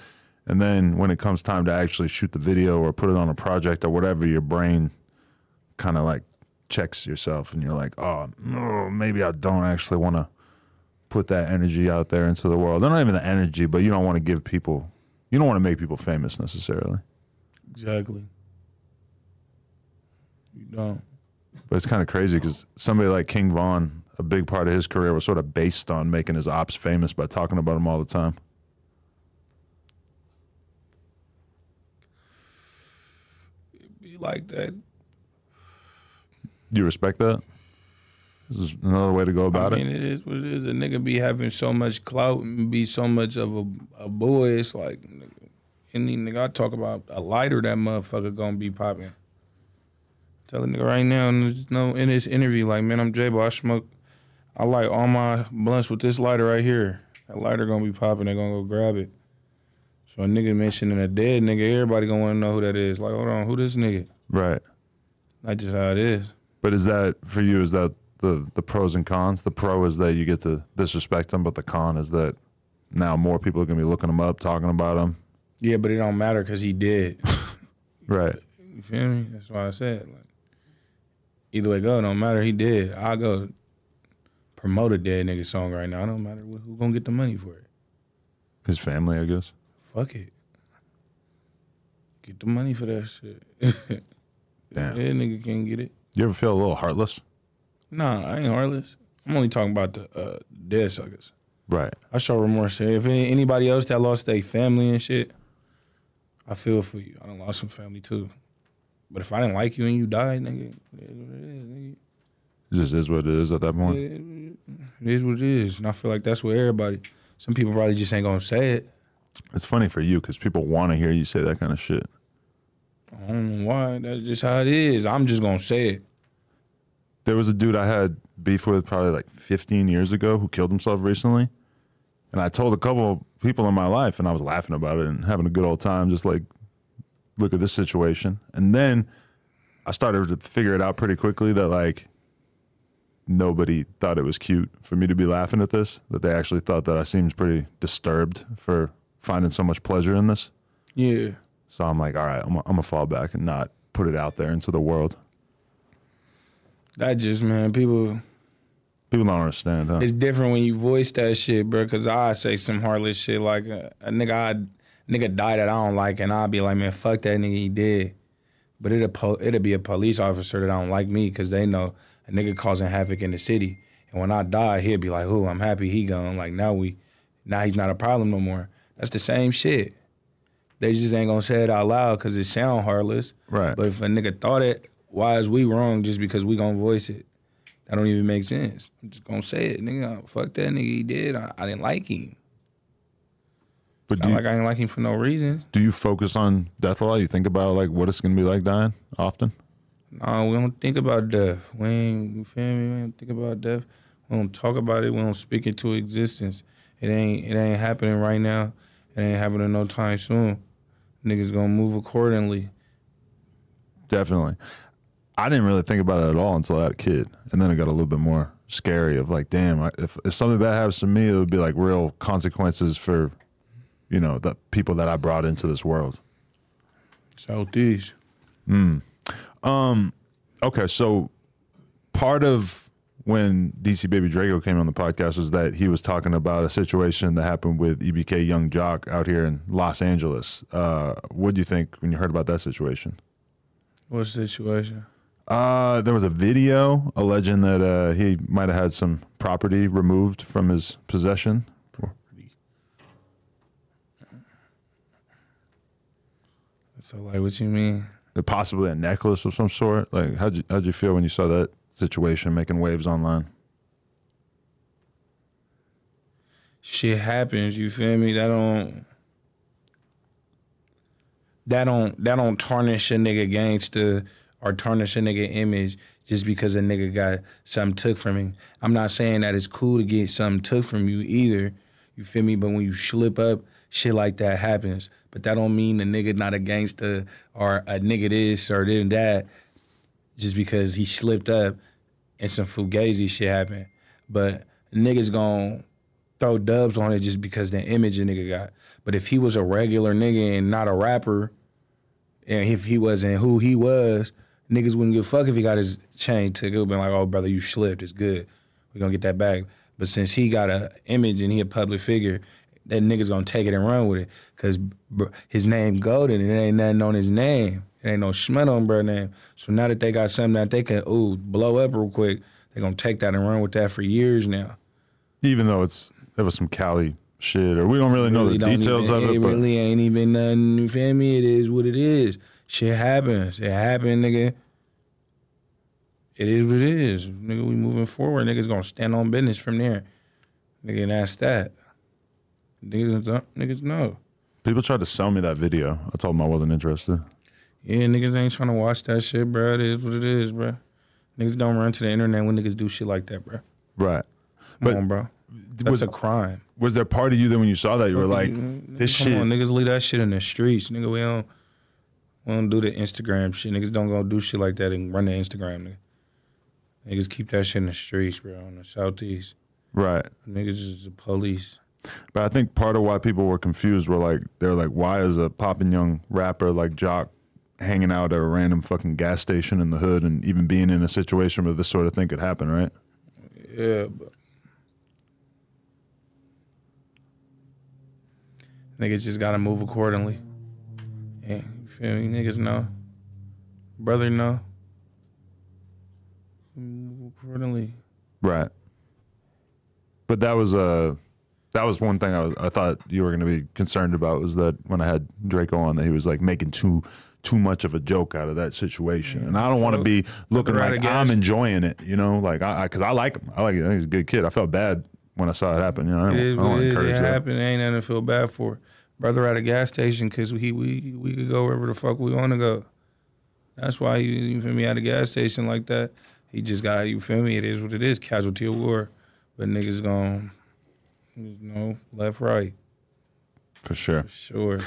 Speaker 1: And then when it comes time to actually shoot the video or put it on a project or whatever, your brain kind of like checks yourself and you're like, oh, no, maybe I don't actually want to put that energy out there into the world. Not even the energy, but you don't want to give people, you don't want to make people famous necessarily.
Speaker 2: exactly. You don't.
Speaker 1: But it's kind of crazy because somebody like King Vaughn, a big part of his career was sort of based on making his ops famous by talking about him all the time.
Speaker 2: Be like that.
Speaker 1: You respect that? This is another way to go about
Speaker 2: I
Speaker 1: it.
Speaker 2: mean, it is what it is. A nigga be having so much clout and be so much of a, a boy. It's like nigga, any nigga I talk about a lighter, that motherfucker gonna be popping. Tell a nigga right now, and there's no in this interview, like man, I'm J Bo. I smoke. I light all my blunts with this lighter right here. That lighter gonna be popping. They gonna go grab it. So a nigga mentioning a dead nigga, everybody gonna wanna know who that is. Like, hold on, who this nigga?
Speaker 1: Right.
Speaker 2: That's just how it is.
Speaker 1: But is that for you? Is that the the pros and cons? The pro is that you get to disrespect them, but the con is that now more people are gonna be looking them up, talking about them.
Speaker 2: Yeah, but it don't matter because he dead.
Speaker 1: Right.
Speaker 2: You feel me? That's why I said like either way go, don't matter. He did. I go promote a dead nigga song right now. It don't matter who, who gonna get the money for it.
Speaker 1: His family, I guess.
Speaker 2: Fuck it. Get the money for that shit. That
Speaker 1: Damn.
Speaker 2: nigga can't get it.
Speaker 1: You ever feel a little heartless?
Speaker 2: Nah, I ain't heartless. I'm only talking about the uh, dead suckers.
Speaker 1: Right.
Speaker 2: I show remorse. If any, anybody else that lost their family and shit, I feel for you. I done lost some family too. But if I didn't like you and you died, nigga, it is what it is, nigga.
Speaker 1: It just is what it is at that point.
Speaker 2: It is what it is. And I feel like that's what everybody, some people probably just ain't gonna say it.
Speaker 1: It's funny for you because people want to hear you say that kind of shit.
Speaker 2: I don't know why. That's just how it is. I'm just gonna say it.
Speaker 1: There was a dude I had beef with probably like 15 years ago who killed himself recently. And I told a couple people in my life, and I was laughing about it and having a good old time, just like, look at this situation. And then I started to figure it out pretty quickly that, like, nobody thought it was cute for me to be laughing at this, that they actually thought that I seemed pretty disturbed for finding so much pleasure in this.
Speaker 2: Yeah.
Speaker 1: So I'm like, all right, I'm going to fall back and not put it out there into the world.
Speaker 2: That just, man, people,
Speaker 1: People don't understand, huh?
Speaker 2: it's different when you voice that shit, bro. Cause I say some heartless shit like uh, a nigga, I nigga died that I don't like, and I'll be like, man, fuck that nigga, he did. But it'll po- it'll be a police officer that don't like me, cause they know a nigga causing havoc in the city. And when I die, he'll be like, "Oh, I'm happy he gone." Like now we, now he's not a problem no more. That's the same shit. They just ain't gonna say it out loud cause it sound heartless.
Speaker 1: Right.
Speaker 2: But if a nigga thought it, why is we wrong just because we gonna voice it? That don't even make sense. I'm just gonna say it, nigga. Uh, Fuck that nigga. He did. I, I didn't like him.
Speaker 1: but
Speaker 2: Not
Speaker 1: do you,
Speaker 2: like I didn't like him for no reason.
Speaker 1: do you focus on death a lot? You think about like what it's gonna be like dying often?
Speaker 2: No, we don't think about death. We ain't. You feel me? We don't think about death. We don't talk about it. We don't speak it to existence. It ain't. It ain't happening right now. It ain't happening no time soon. Niggas gonna move accordingly.
Speaker 1: Definitely. I didn't really think about it at all until I had a kid, and then it got a little bit more scary. Of like, damn, I, if if something bad happens to me, it would be like real consequences for, you know, the people that I brought into this world.
Speaker 2: Southeast.
Speaker 1: Okay, so part of when DC Baby Draco came on the podcast is that he was talking about a situation that happened with EBK Young Jock out here in Los Angeles. Uh, what do you think when you heard about that situation?
Speaker 2: What situation?
Speaker 1: Uh, there was a video alleging that uh, he might have had some property removed from his possession.
Speaker 2: So like, what you mean?
Speaker 1: Possibly a necklace of some sort. Like, how'd you, how'd you feel when you saw that situation making waves online?
Speaker 2: shit happens. You feel me? That don't that don't that don't tarnish a nigga gangster or tarnish a nigga image just because a nigga got something took from him. I'm not saying that it's cool to get something took from you either. You feel me? But when you slip up, shit like that happens. But that don't mean the nigga not a gangster or a nigga this or then that just because he slipped up and some fugazi shit happened. But niggas gon' throw dubs on it just because the image a nigga got. But if he was a regular nigga and not a rapper, and if he wasn't who he was, niggas wouldn't give a fuck if he got his chain took. It would been like, oh brother, you slipped. It's good. We're gonna get that back. But since he got a image and he a public figure, that nigga's gonna take it and run with it. Cause br- his name Golden, and it ain't nothing on his name. It ain't no schmet on bro name. So now that they got something that they can ooh blow up real quick, they gonna take that and run with that for years now.
Speaker 1: Even though it's there was some Cali shit, or we don't really know
Speaker 2: really
Speaker 1: the
Speaker 2: don't
Speaker 1: details
Speaker 2: even-
Speaker 1: of it.
Speaker 2: It
Speaker 1: but
Speaker 2: really ain't even nothing. You feel me? It is what it is. Shit happens. It happened, nigga. It is what it is, nigga. We moving forward. Niggas gonna stand on business from there, nigga. And that's that. Niggas, don't- niggas know.
Speaker 1: people tried to sell me that video. I told them I wasn't interested.
Speaker 2: Yeah, niggas ain't trying to watch that shit, bro. It is what it is, bro. Niggas don't run to the internet when niggas do shit like that, bro.
Speaker 1: Right.
Speaker 2: Come
Speaker 1: But
Speaker 2: on, bro. That's
Speaker 1: was
Speaker 2: a crime.
Speaker 1: was there part of you that when you saw that you were like,
Speaker 2: Nigga,
Speaker 1: this
Speaker 2: come
Speaker 1: shit?
Speaker 2: on, niggas leave that shit in the streets, nigga. We don't, we don't do the Instagram shit. Niggas don't go do shit like that and run the Instagram, nigga. Niggas keep that shit in the streets, bro. In the southeast,
Speaker 1: Right.
Speaker 2: niggas is the police.
Speaker 1: But I think part of why people were confused were like they're like, why is a poppin' young rapper like Jock hanging out at a random fucking gas station in the hood and even being in a situation where this sort of thing could happen, right?
Speaker 2: Yeah, but niggas just gotta move accordingly. Yeah, you feel me? Niggas know, brother know. Move accordingly.
Speaker 1: Right. But that was a That was one thing I, was, I thought you were going to be concerned about was that when I had Draco on that he was like making too too much of a joke out of that situation, and I don't want to be looking
Speaker 2: Mm-hmm. right
Speaker 1: like I'm
Speaker 2: against-
Speaker 1: enjoying it, you know, like I because I, like him, I like him. I think he's a good kid. I felt bad when I saw it happen. You know, I don't,
Speaker 2: It is
Speaker 1: I don't
Speaker 2: what
Speaker 1: want
Speaker 2: it
Speaker 1: to
Speaker 2: is.
Speaker 1: encourage
Speaker 2: It
Speaker 1: that.
Speaker 2: happened. Ain't nothing to feel bad for. Brother at a gas station because he we we could go wherever the fuck we want to go. That's why you, you feel me at a gas station like that. He just got you feel me. It is what it is. Casualty of war, but niggas gone. You know, left right
Speaker 1: for sure.
Speaker 2: sure.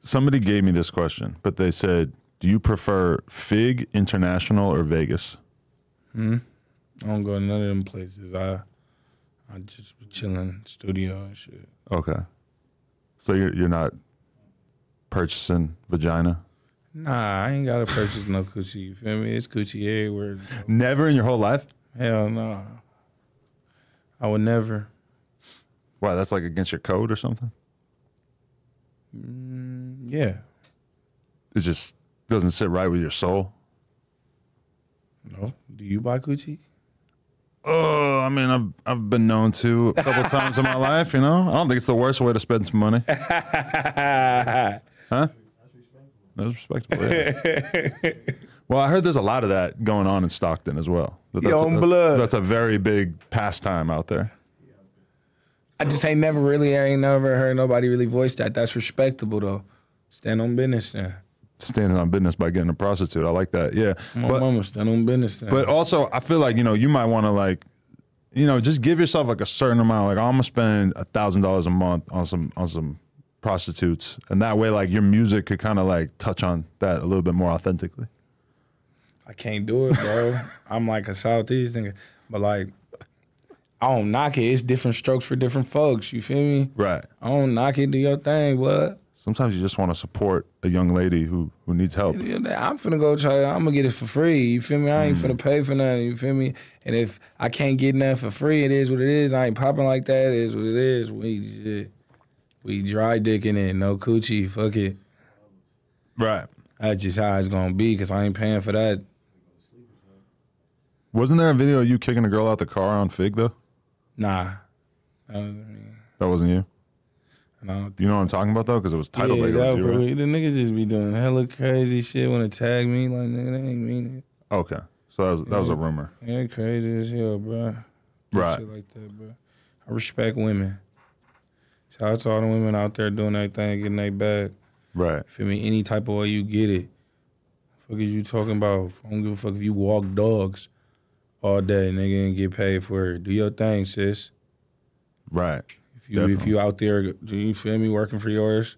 Speaker 1: Somebody gave me this question, but they said, "Do you prefer Fig International or Vegas?"
Speaker 2: I don't go to none of them places. I I just be chilling studio and shit.
Speaker 1: Okay. So you're you're not purchasing vagina.
Speaker 2: Nah, I ain't gotta purchase no coochie. You feel me? It's coochie everywhere.
Speaker 1: Never in your whole life.
Speaker 2: Hell no. I would never.
Speaker 1: Wow, that's like against your code or something.
Speaker 2: Mm, yeah.
Speaker 1: It just doesn't sit right with your soul.
Speaker 2: No. Do you buy coochie?
Speaker 1: Oh, I mean, I've I've been known to a couple times in my life. You know, I don't think it's the worst way to spend some money. That's respectable. yeah. well, I heard there's a lot of that going on in Stockton as well. That that's,
Speaker 2: Young
Speaker 1: a, that-
Speaker 2: blood.
Speaker 1: that's a very big pastime out there.
Speaker 2: I just ain't never really, I ain't never heard nobody really voice that. That's respectable though. Stand on business then.
Speaker 1: Standing on business by getting a prostitute. I like that. Yeah,
Speaker 2: My
Speaker 1: but
Speaker 2: mama stand on business then.
Speaker 1: But also, I feel like you know you might want to like, you know, just give yourself like a certain amount. Like I'm gonna spend a thousand dollars a month on some on some prostitutes, and that way like your music could kind of like touch on that a little bit more authentically.
Speaker 2: I can't do it, bro. I'm like a Southeast nigga. But like, I don't knock it. It's different strokes for different folks. You feel me?
Speaker 1: Right.
Speaker 2: I don't knock it. Do your thing, but
Speaker 1: Sometimes you just want to support a young lady who who needs help.
Speaker 2: I'm finna go try. I'm gonna get it for free. You feel me? I ain't
Speaker 1: Mm.
Speaker 2: finna pay for nothing. You feel me? And if I can't get nothing for free, it is what it is. I ain't popping like that. It is what it is. We shit. We dry dicking it. No coochie. Fuck it.
Speaker 1: Right.
Speaker 2: That's just how it's gonna be. Cause I ain't paying for that.
Speaker 1: Wasn't there a video of you kicking a girl out the car on Fig though?
Speaker 2: Nah. I don't-
Speaker 1: That wasn't you.
Speaker 2: I don't
Speaker 1: Do you know what I'm talking about though? Because it was titled
Speaker 2: yeah,
Speaker 1: like it
Speaker 2: that
Speaker 1: was you, right?
Speaker 2: probably- the niggas just be doing hella crazy shit. Wanna tag me like nigga, they ain't mean
Speaker 1: Okay. So that was that was a rumor.
Speaker 2: it. Yeah, crazy as hell, bro.
Speaker 1: Right.
Speaker 2: Shit like that, bro. I respect women. Shout out to all the women out there doing their thing, getting their bag.
Speaker 1: Right.
Speaker 2: Feel me? Any type of way you get it. Fuck is you talking about? I don't give a fuck if you walk dogs all day, nigga, and get paid for it. Do your thing, sis.
Speaker 1: Right.
Speaker 2: If you if
Speaker 1: Definitely.
Speaker 2: you out there, do you feel me? Working for yours,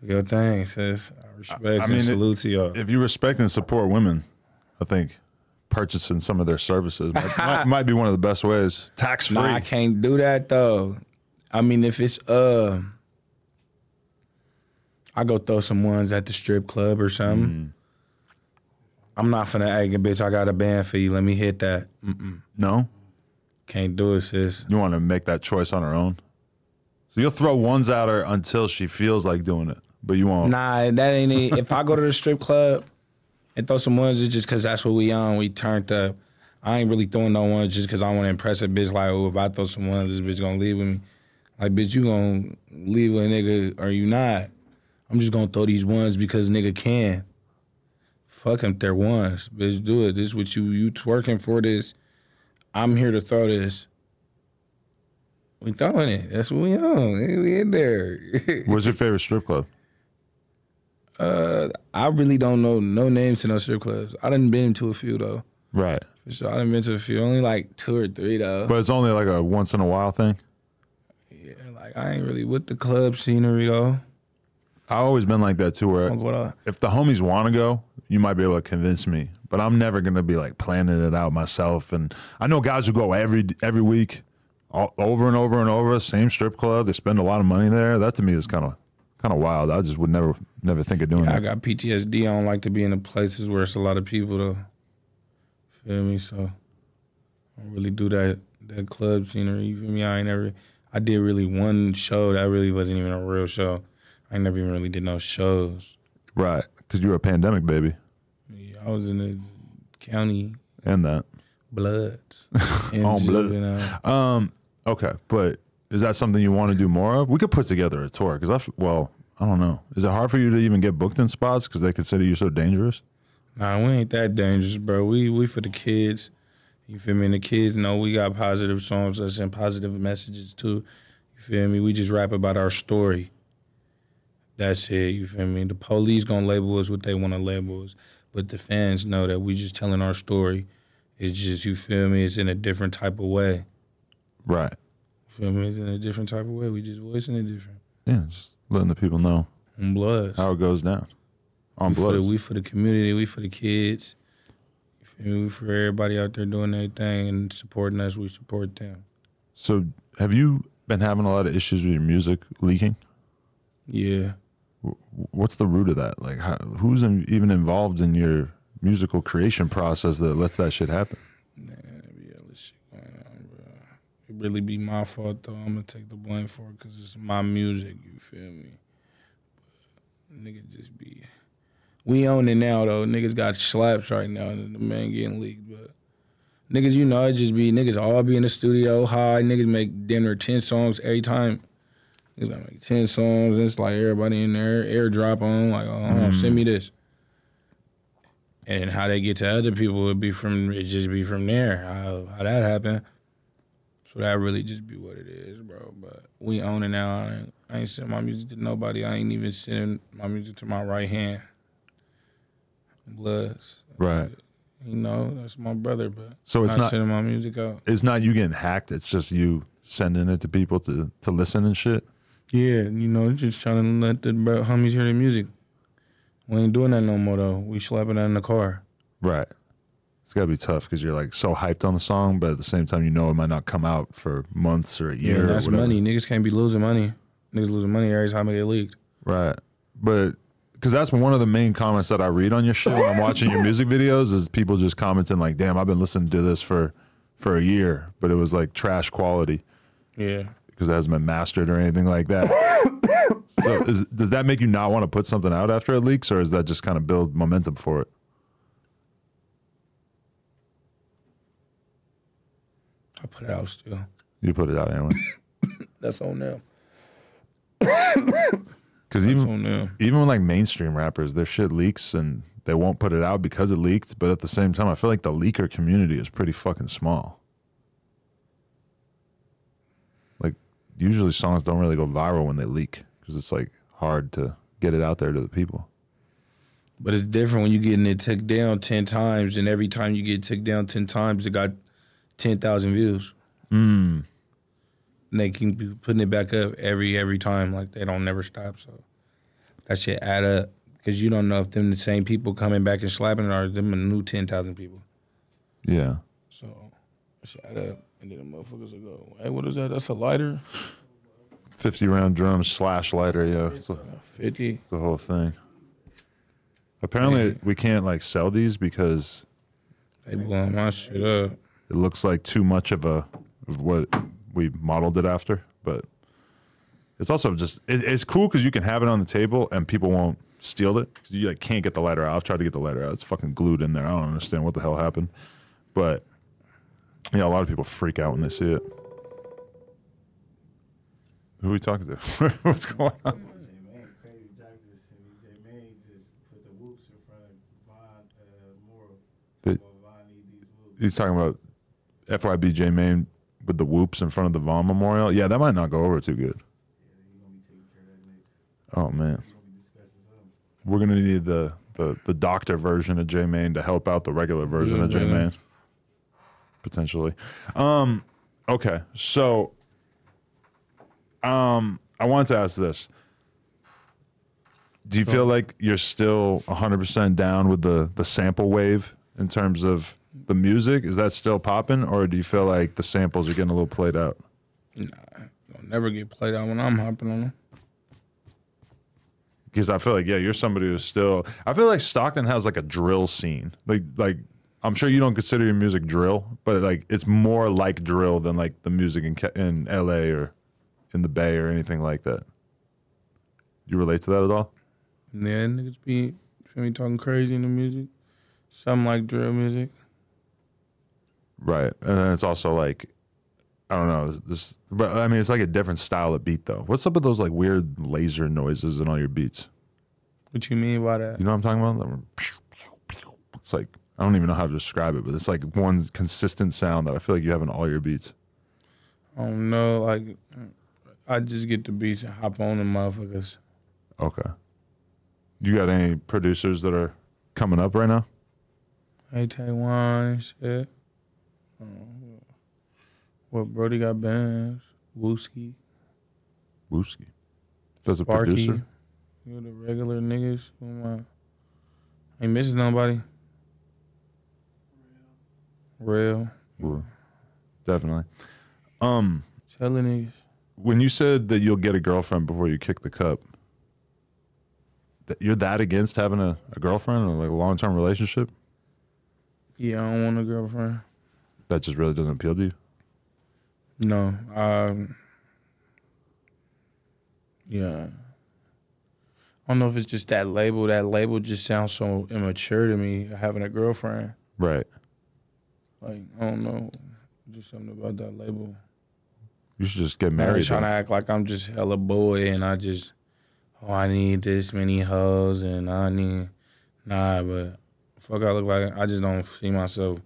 Speaker 2: do your thing, sis. I respect
Speaker 1: I mean,
Speaker 2: and
Speaker 1: it-
Speaker 2: salute to y'all.
Speaker 1: if you respect and support women, I think purchasing some of their services might, might, might be one of the best ways. Tax free.
Speaker 2: No, I can't do that though. I mean, if it's uh, I go throw some ones at the strip club or something. I'm not finna egg bitch. I got a band for you. Let me hit that. Mm-mm.
Speaker 1: no,
Speaker 2: Can't do it, sis.
Speaker 1: you want to make that choice on her own. So you'll throw ones at her until she feels like doing it, but you won't.
Speaker 2: Nah, that ain't it. if I go to the strip club and throw some ones, it's just cause that's what we on. We turned up. I ain't really throwing no ones just cause I want to impress a bitch. Like, oh, if I throw some ones, this bitch gonna leave with me. Like, bitch, you gonna leave with a nigga or you not? I'm just gonna throw these ones because nigga can. Fuck them, they're ones, bitch. Do it. This is what you you twerking for. This. I'm here to throw this. We throwing it. That's what we on. We in there.
Speaker 1: What's your favorite strip club?
Speaker 2: Uh, I really don't know no names to no strip clubs. I done been to a few though.
Speaker 1: Right,
Speaker 2: For sure, I done been to a few. Only like two or three though.
Speaker 1: but it's only like a once in a while thing.
Speaker 2: yeah, like I ain't really with the club scenery though.
Speaker 1: I've always been like that too. Where
Speaker 2: Fuck what I-
Speaker 1: if the homies want to go, you might be able to convince me, but I'm never gonna be like planning it out myself. And I know guys who go every every week, all, over and over and over, same strip club. They spend a lot of money there. That to me is kind of kind of wild. I just would never never think of doing
Speaker 2: I
Speaker 1: that.
Speaker 2: got PTSD. I don't like to be in the places where it's a lot of people though. Feel me? So I don't really do that that club scenery. You feel me? I ain't ever. I did really one show that really wasn't even a real show. I ain't never even really did no shows.
Speaker 1: Right, because you're a pandemic baby,
Speaker 2: Yeah, I was in the county
Speaker 1: and that.
Speaker 2: Bloods.
Speaker 1: On Blood.
Speaker 2: juvenile.
Speaker 1: Um, okay, but Is that something you want to do more of? We could put together a tour because I f- well, I don't know. Is it hard for you to even get booked in spots because they consider you so dangerous?
Speaker 2: Nah, we ain't that dangerous, bro. We we for the kids. You feel me? And the kids know we got positive songs that send positive messages too. You feel me? We just rap about our story. That's it. You feel me? The police gonna label us what they wanna label us, but the fans know that we just telling our story. It's just you feel me? It's in a different type of way.
Speaker 1: Right.
Speaker 2: You feel me? It's in a different type of way. We just voicing it different.
Speaker 1: Yeah, just letting the people know
Speaker 2: On bloods.
Speaker 1: how it goes down. On
Speaker 2: we for, the,
Speaker 1: blood.
Speaker 2: we for the community. We for the kids. You feel me? We for everybody out there doing their thing and supporting us. We support them.
Speaker 1: So, have you been having a lot of issues with your music leaking?
Speaker 2: Yeah.
Speaker 1: What's the root of that? Like, how, who's in, even involved in your musical creation process that lets that shit happen?
Speaker 2: Yeah, this shit going on, bro. It really be my fault though. I'm gonna take the blame for it because it's my music. You feel me? But nigga, just be. We own it now though. Niggas got slaps right now, and the man getting leaked. But niggas, you know, it just be niggas all be in the studio high. Niggas make damn near ten songs every time. Niggas gotta make ten songs. It's like everybody in there airdrop on like, oh, hold on, send me this. And how they get to other people would be from it just be from there. How how that happened. So that really just be what it is, bro. But we own it now. I ain't, I ain't sending my music to nobody. I ain't even sending my music to my right hand. Bloods.
Speaker 1: Right.
Speaker 2: You know, that's my brother, but
Speaker 1: So it's
Speaker 2: not,
Speaker 1: not-
Speaker 2: sending my music out.
Speaker 1: It's not you getting hacked. It's just you sending it to people to to listen and shit.
Speaker 2: Yeah, you know, just trying to let the bro- homies hear the music. We ain't doing that no more though. We slapping that in the car.
Speaker 1: Right. It's gotta be tough because you're like so hyped on the song, but at the same time, you know it might not come out for months or a year.
Speaker 2: Yeah,
Speaker 1: or
Speaker 2: that's
Speaker 1: whatever.
Speaker 2: money. Niggas can't be losing money. Niggas losing money every time they get leaked.
Speaker 1: Right. But because that's one of the main comments that I read on your shit when I'm watching your music videos is people just commenting like, "Damn, I've been listening to this for for a year, but it was like trash quality
Speaker 2: Yeah.
Speaker 1: because it hasn't been mastered or anything like that." so is, does that make you not want to put something out after it leaks, or is that just kind of build momentum for it?
Speaker 2: I put it out still.
Speaker 1: You put it out anyway
Speaker 2: That's on them.
Speaker 1: because
Speaker 2: That's
Speaker 1: even
Speaker 2: on them.
Speaker 1: even with like mainstream rappers, their shit leaks and they won't put it out because it leaked. But at the same time, I feel like the leaker community is pretty fucking small. Like usually songs don't really go viral when they leak because it's like hard to get it out there to the people.
Speaker 2: But it's different when you getting it took down ten times, and every time you get took down ten times, it got ten thousand views.
Speaker 1: Mm.
Speaker 2: And they keep putting it back up every every time. Like they don't never stop. So that shit add up because you don't know if them the same people coming back and slapping it or them a new ten thousand people.
Speaker 1: Yeah.
Speaker 2: So that shit add up, and then the motherfuckers will go, "Hey, what is that? That's a lighter,
Speaker 1: 50 round drum slash lighter. Yeah. It's a,
Speaker 2: fifty.
Speaker 1: it's a whole thing. Apparently, we can't like sell these because
Speaker 2: They blowing my shit up.
Speaker 1: it looks like too much of a of what we modeled it after but it's also just it, it's cool because you can have it on the table and people won't steal it 'Cause you like can't get the lighter out i've tried to get the lighter out it's fucking glued in there i don't understand what the hell happened but yeah a lot of people freak out when they see it who are we talking to what's going on
Speaker 3: Jermaine crazy jock just sent me. Jermaine just put the whoops in front of Von uh, Moore.
Speaker 1: The-
Speaker 3: Well, Von need these whoops.
Speaker 1: he's talking about FYBJ Maine with the whoops in front of the Vaughn Memorial. Yeah, that might not go over too good. Oh man, we're gonna need the the, the doctor version of J Maine to help out the regular version of
Speaker 2: Yeah,
Speaker 1: J
Speaker 2: man.
Speaker 1: Maine, potentially. Um, okay, so um, I wanted to ask this. Do you feel like you're still 100% down with the the sample wave in terms of the music? Is that still popping or do you feel like the samples are getting a little played out?
Speaker 2: Don't never get played out when I'm hopping on them.
Speaker 1: Because I feel like yeah, you're somebody who's still I feel like Stockton has like a drill scene. Like like I'm sure you don't consider your music drill, but like it's more like drill than like the music in Ca- in LA or in the Bay or anything like that. You relate to that at all?
Speaker 2: Yeah, niggas be feel me talking crazy in the music. Something like drill music.
Speaker 1: Right. And then it's also like I don't know. This, but I mean, it's like a different style of beat though. What's up with those like weird laser noises in all your beats?
Speaker 2: What you mean by that?
Speaker 1: You know what I'm talking about? It's like I don't even know how to describe it, but it's like one consistent sound that I feel like you have in all your beats.
Speaker 2: I don't know. Like, I just get the beats and hop on the motherfuckers.
Speaker 1: Okay. You got any producers that are coming up right now?
Speaker 2: Hey, Taiwan and shit. I don't know. What Brody got bands? Wooski,
Speaker 1: Wooski. That's a
Speaker 2: Barky.
Speaker 1: producer.
Speaker 2: You know, the regular niggas. Who am I? Ain't missing nobody. Real.
Speaker 1: Ooh, Definitely. Um,
Speaker 2: Telling niggas.
Speaker 1: when you said that you'll get a girlfriend before you kick the cup, that you're that against having a, a girlfriend or like a long term relationship?
Speaker 2: Yeah, I don't want a girlfriend.
Speaker 1: That just really doesn't appeal to you?
Speaker 2: No. Um, yeah. I don't know if it's just that label. That label just sounds so immature to me. Having a girlfriend,
Speaker 1: Right.
Speaker 2: like I don't know, just something about that label.
Speaker 1: You should just get
Speaker 2: I'm
Speaker 1: married.
Speaker 2: trying to
Speaker 1: then.
Speaker 2: act like I'm just hella boy and I just, oh, I need this many hoes and I need, nah, but fuck, I look like I just don't see myself.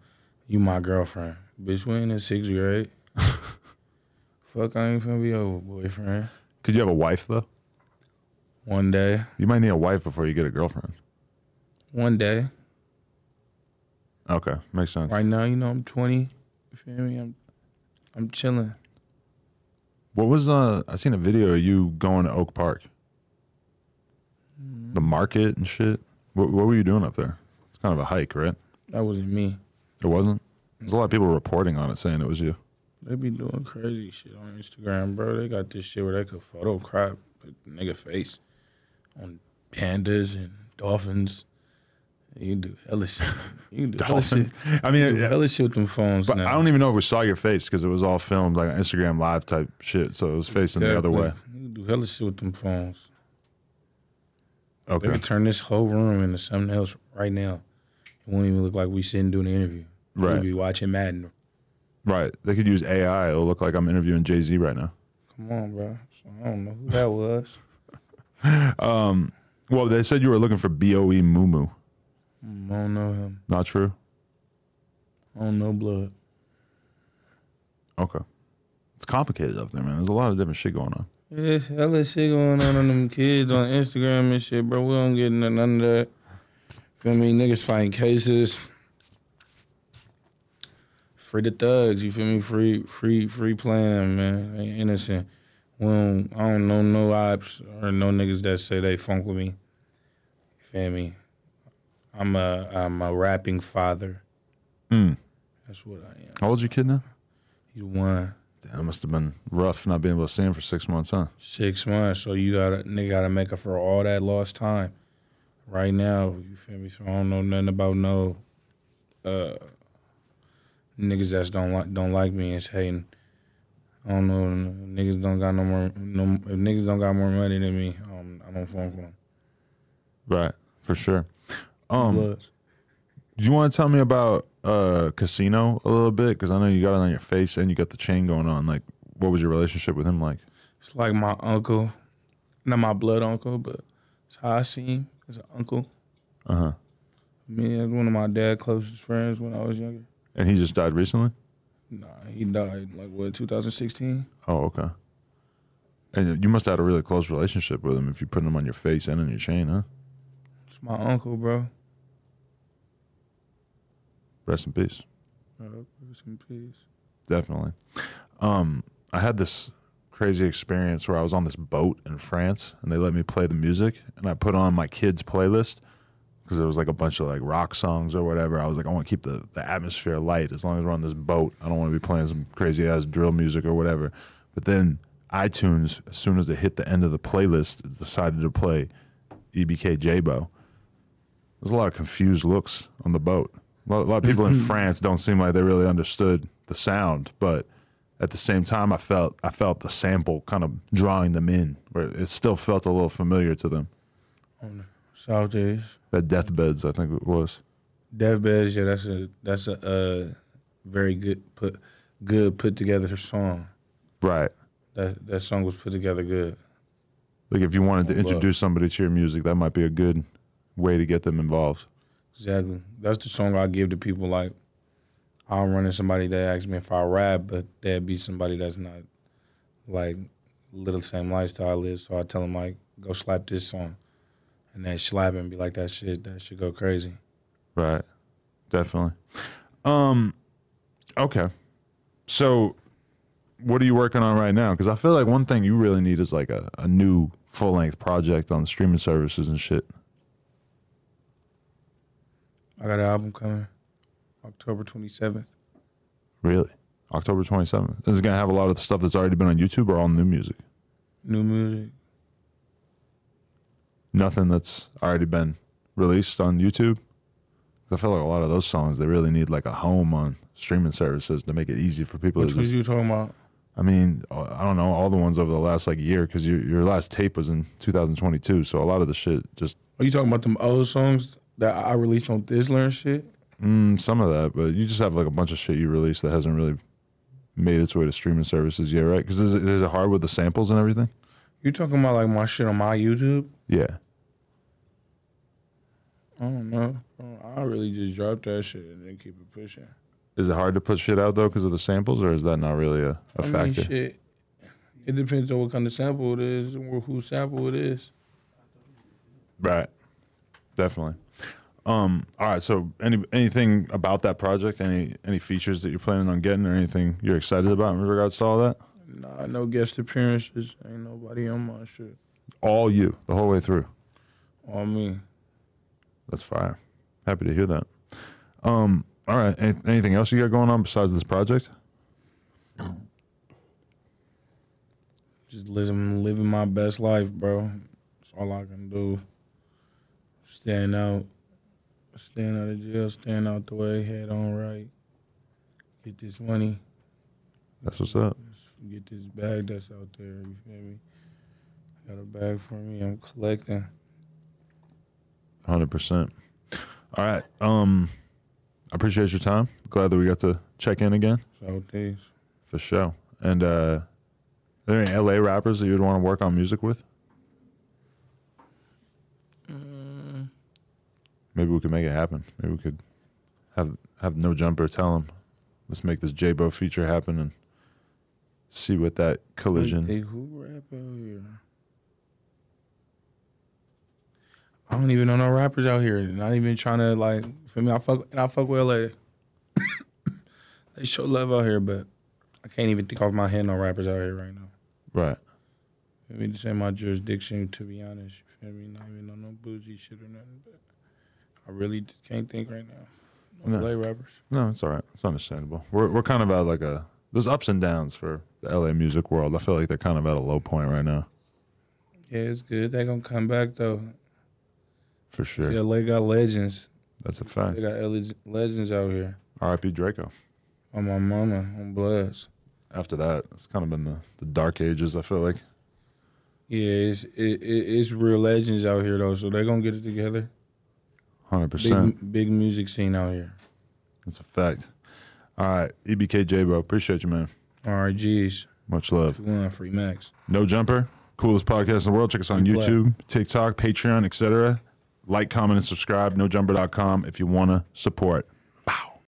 Speaker 2: You my girlfriend, bitch. We in the sixth grade. fuck, I ain't finna be your boyfriend.
Speaker 1: Could you have a wife though?
Speaker 2: One day.
Speaker 1: You might need a wife before you get a girlfriend.
Speaker 2: One day.
Speaker 1: Okay, makes sense.
Speaker 2: Right now, you know, I'm 20. You feel me? I'm I'm chilling.
Speaker 1: What was uh? I seen a video of you going to Oak Park, the market and shit. What, what were you doing up there? It's kind of a hike, right?
Speaker 2: That wasn't me.
Speaker 1: It wasn't. There's a lot of people reporting on it saying it was you.
Speaker 2: They be doing crazy shit on Instagram, bro. They got this shit where they could photo crop a nigga face on pandas and dolphins. You can do hella shit. You can do hella shit.
Speaker 1: Dolphins. I mean,
Speaker 2: You can do
Speaker 1: it-
Speaker 2: hella shit with them phones
Speaker 1: but
Speaker 2: now.
Speaker 1: I don't even know if we saw your face because it was all filmed like Instagram live type shit. So it was facing the other way.
Speaker 2: Exactly. You can do hella shit with them phones. They
Speaker 1: Okay.
Speaker 2: could turn this whole room into something else right now. It won't even look like we sitting doing the interview.
Speaker 1: Right.
Speaker 2: We'll be watching Madden.
Speaker 1: Right. They could use AI. It'll look like I'm interviewing Jay Z right now.
Speaker 2: Come on, bro. So I don't know who that was.
Speaker 1: Um, Well, they said you were looking for Boe Moo Moo.
Speaker 2: Mm, I don't know him.
Speaker 1: Not true.
Speaker 2: I don't know blood.
Speaker 1: Okay. It's complicated up there, man. There's a lot of different shit going on.
Speaker 2: There's hella shit going on on them kids on Instagram and shit, bro. We don't get into none of that. Feel me? Niggas fighting cases. Free the thugs, you feel me? Free, free, free playing, man. They innocent. We don't, I don't know no ops or no niggas that say they funk with me. You feel me? I'm a, I'm a rapping father.
Speaker 1: Mm.
Speaker 2: That's what I am.
Speaker 1: How old's your kid now?
Speaker 2: He's one.
Speaker 1: Damn, it must have been rough not being able to see him for six months, huh?
Speaker 2: six months. So you gotta nigga gotta make up for all that lost time. Right now, you feel me? So I don't know nothing about no uh niggas that's don't like don't like me and hating. I don't know niggas don't got no more no if niggas don't got more money than me. Um, I don't fuck with them.
Speaker 1: Right, for sure. Um, do
Speaker 2: Bloods.
Speaker 1: you want to tell me about uh, casino a little bit? Because I know you got it on your face and you got the chain going on. Like, what was your relationship with him like?
Speaker 2: It's like my uncle, not my blood uncle, but it's how I see him. It's an uncle.
Speaker 1: Uh huh.
Speaker 2: Me and one of my dad's closest friends when I was younger.
Speaker 1: And he just died recently.
Speaker 2: Nah, he died like what 2016.
Speaker 1: Oh, okay. And you must have had a really close relationship with him if you put him on your face and on your chain, huh?
Speaker 2: It's my uncle, bro.
Speaker 1: Rest in peace.
Speaker 2: Oh, Rest in peace.
Speaker 1: definitely. Um, I had this crazy experience where I was on this boat in France, and they let me play the music, and I put on my kids' playlist because there was like a bunch of like rock songs or whatever. I was like, I want to keep the, the atmosphere light as long as we're on this boat. I don't want to be playing some crazy ass drill music or whatever. But then iTunes, as soon as it hit the end of the playlist, it decided to play E EBK Jabo. There's a lot of confused looks on the boat. A lot, a lot of people in France don't seem like they really understood the sound, but at the same time, I felt I felt the sample kind of drawing them in, where it still felt a little familiar to them.
Speaker 2: South is
Speaker 1: That deathbeds, I think it was.
Speaker 2: deathbeds. Yeah, that's a that's a uh, very good put good put together song.
Speaker 1: Right.
Speaker 2: That that song was put together good.
Speaker 1: Like if you wanted to
Speaker 2: Love.
Speaker 1: introduce somebody to your music, that might be a good way to get them involved.
Speaker 2: Exactly. That's the song I give to people. Like, I'm running somebody that asks me if I rap, but that'd be somebody that's not like live the same lifestyle I live. So I tell them like, go slap this song, and they slap it and be like, that shit, that should go crazy.
Speaker 1: Right. Definitely. Um okay. So what are you working on right now? Because I feel like one thing you really need is like a, a new full length project on streaming services and shit.
Speaker 2: I got an album coming October 27th.
Speaker 1: Really? October 27th. This is going to have a lot of the stuff that's already been on YouTube or all new music.
Speaker 2: New music.
Speaker 1: Nothing that's already been released on YouTube. I feel like a lot of those songs, they really need like a home on streaming services to make it easy for people
Speaker 2: Which
Speaker 1: to
Speaker 2: was you talking about?
Speaker 1: I mean, uh, I don't know all the ones over the last like year because your your last tape was in 2022, so a lot of the shit just
Speaker 2: Are you talking about them old songs that I released on Thizzler and shit?
Speaker 1: mm, some of that, but you just have like a bunch of shit you released that hasn't really made its way to streaming services yet, right? Because is, it- is it hard with the samples and everything?
Speaker 2: You talking about like my shit on my YouTube?
Speaker 1: Yeah,
Speaker 2: I don't know. I really just dropped that shit and then keep it pushing.
Speaker 1: is it hard to put shit out though because of the samples, or is that not really a, a
Speaker 2: I mean,
Speaker 1: factor?
Speaker 2: shit. It depends on what kind of sample it is and wh- whose sample it is.
Speaker 1: Right, definitely. Um, all right. So, any anything about that project? Any any features that you're planning on getting, or anything you're excited about in regards to all that?
Speaker 2: Nah, no guest appearances. Ain't nobody on my shit.
Speaker 1: All you, the whole way through.
Speaker 2: On me.
Speaker 1: That's fire. Happy to hear that. Um, all right. Any, anything else you got going on besides this project?
Speaker 2: Just living, living my best life, bro. That's all I can do. Stand out. Stand out of jail. Stand out the way. Head on right. Get this money.
Speaker 1: That's what's up.
Speaker 2: Get this bag that's out there. You feel me? Got a bag for me. I'm collecting.
Speaker 1: Hundred percent. All right. Um, I appreciate your time. Glad that we got to check in again
Speaker 2: So things.
Speaker 1: for sure. And uh, are there any LA rappers that you'd want to work on music with? Maybe we could make it happen. Maybe we could have have no jumper tell him, let's make this J Bo feature happen and see what that collision.
Speaker 2: They who rap out here? I don't even know no rappers out here. Not even trying to like for me. I fuck and I fuck with LA. they show love out here, but I can't even think off my head no rappers out here right now.
Speaker 1: Right.
Speaker 2: I mean, this ain't my jurisdiction to be honest. You feel me? Not even on no bougie shit or nothing. But I really just can't think right now. No,
Speaker 1: No.
Speaker 2: LA rappers.
Speaker 1: No, it's all right. It's understandable. We're we're kind of at like a there's ups and downs for the LA music world. I feel like they're kind of at a low point right now,
Speaker 2: Yeah, it's good. They gonna come back though.
Speaker 1: for sure.
Speaker 2: See, LA got legends.
Speaker 1: That's a
Speaker 2: They
Speaker 1: fact.
Speaker 2: got ele- legends out here.
Speaker 1: R.I.P. Draco.
Speaker 2: On Oh, my mama, on bloods.
Speaker 1: After that, it's kind of been the, the dark ages. I feel like
Speaker 2: Yeah, it's it, it, it's real legends out here though, so they're gonna get it together.
Speaker 1: hundred percent.
Speaker 2: Big, big music scene out here.
Speaker 1: That's a fact. All right, EBK J Bo, appreciate you, man.
Speaker 2: All right, geez,
Speaker 1: Much love.
Speaker 2: two one free max.
Speaker 1: No Jumper, coolest podcast in the world. Check us on
Speaker 2: We black.
Speaker 1: YouTube, TikTok, Patreon, etc. Like, comment, and subscribe. NoJumper.com if you want to support. Pow.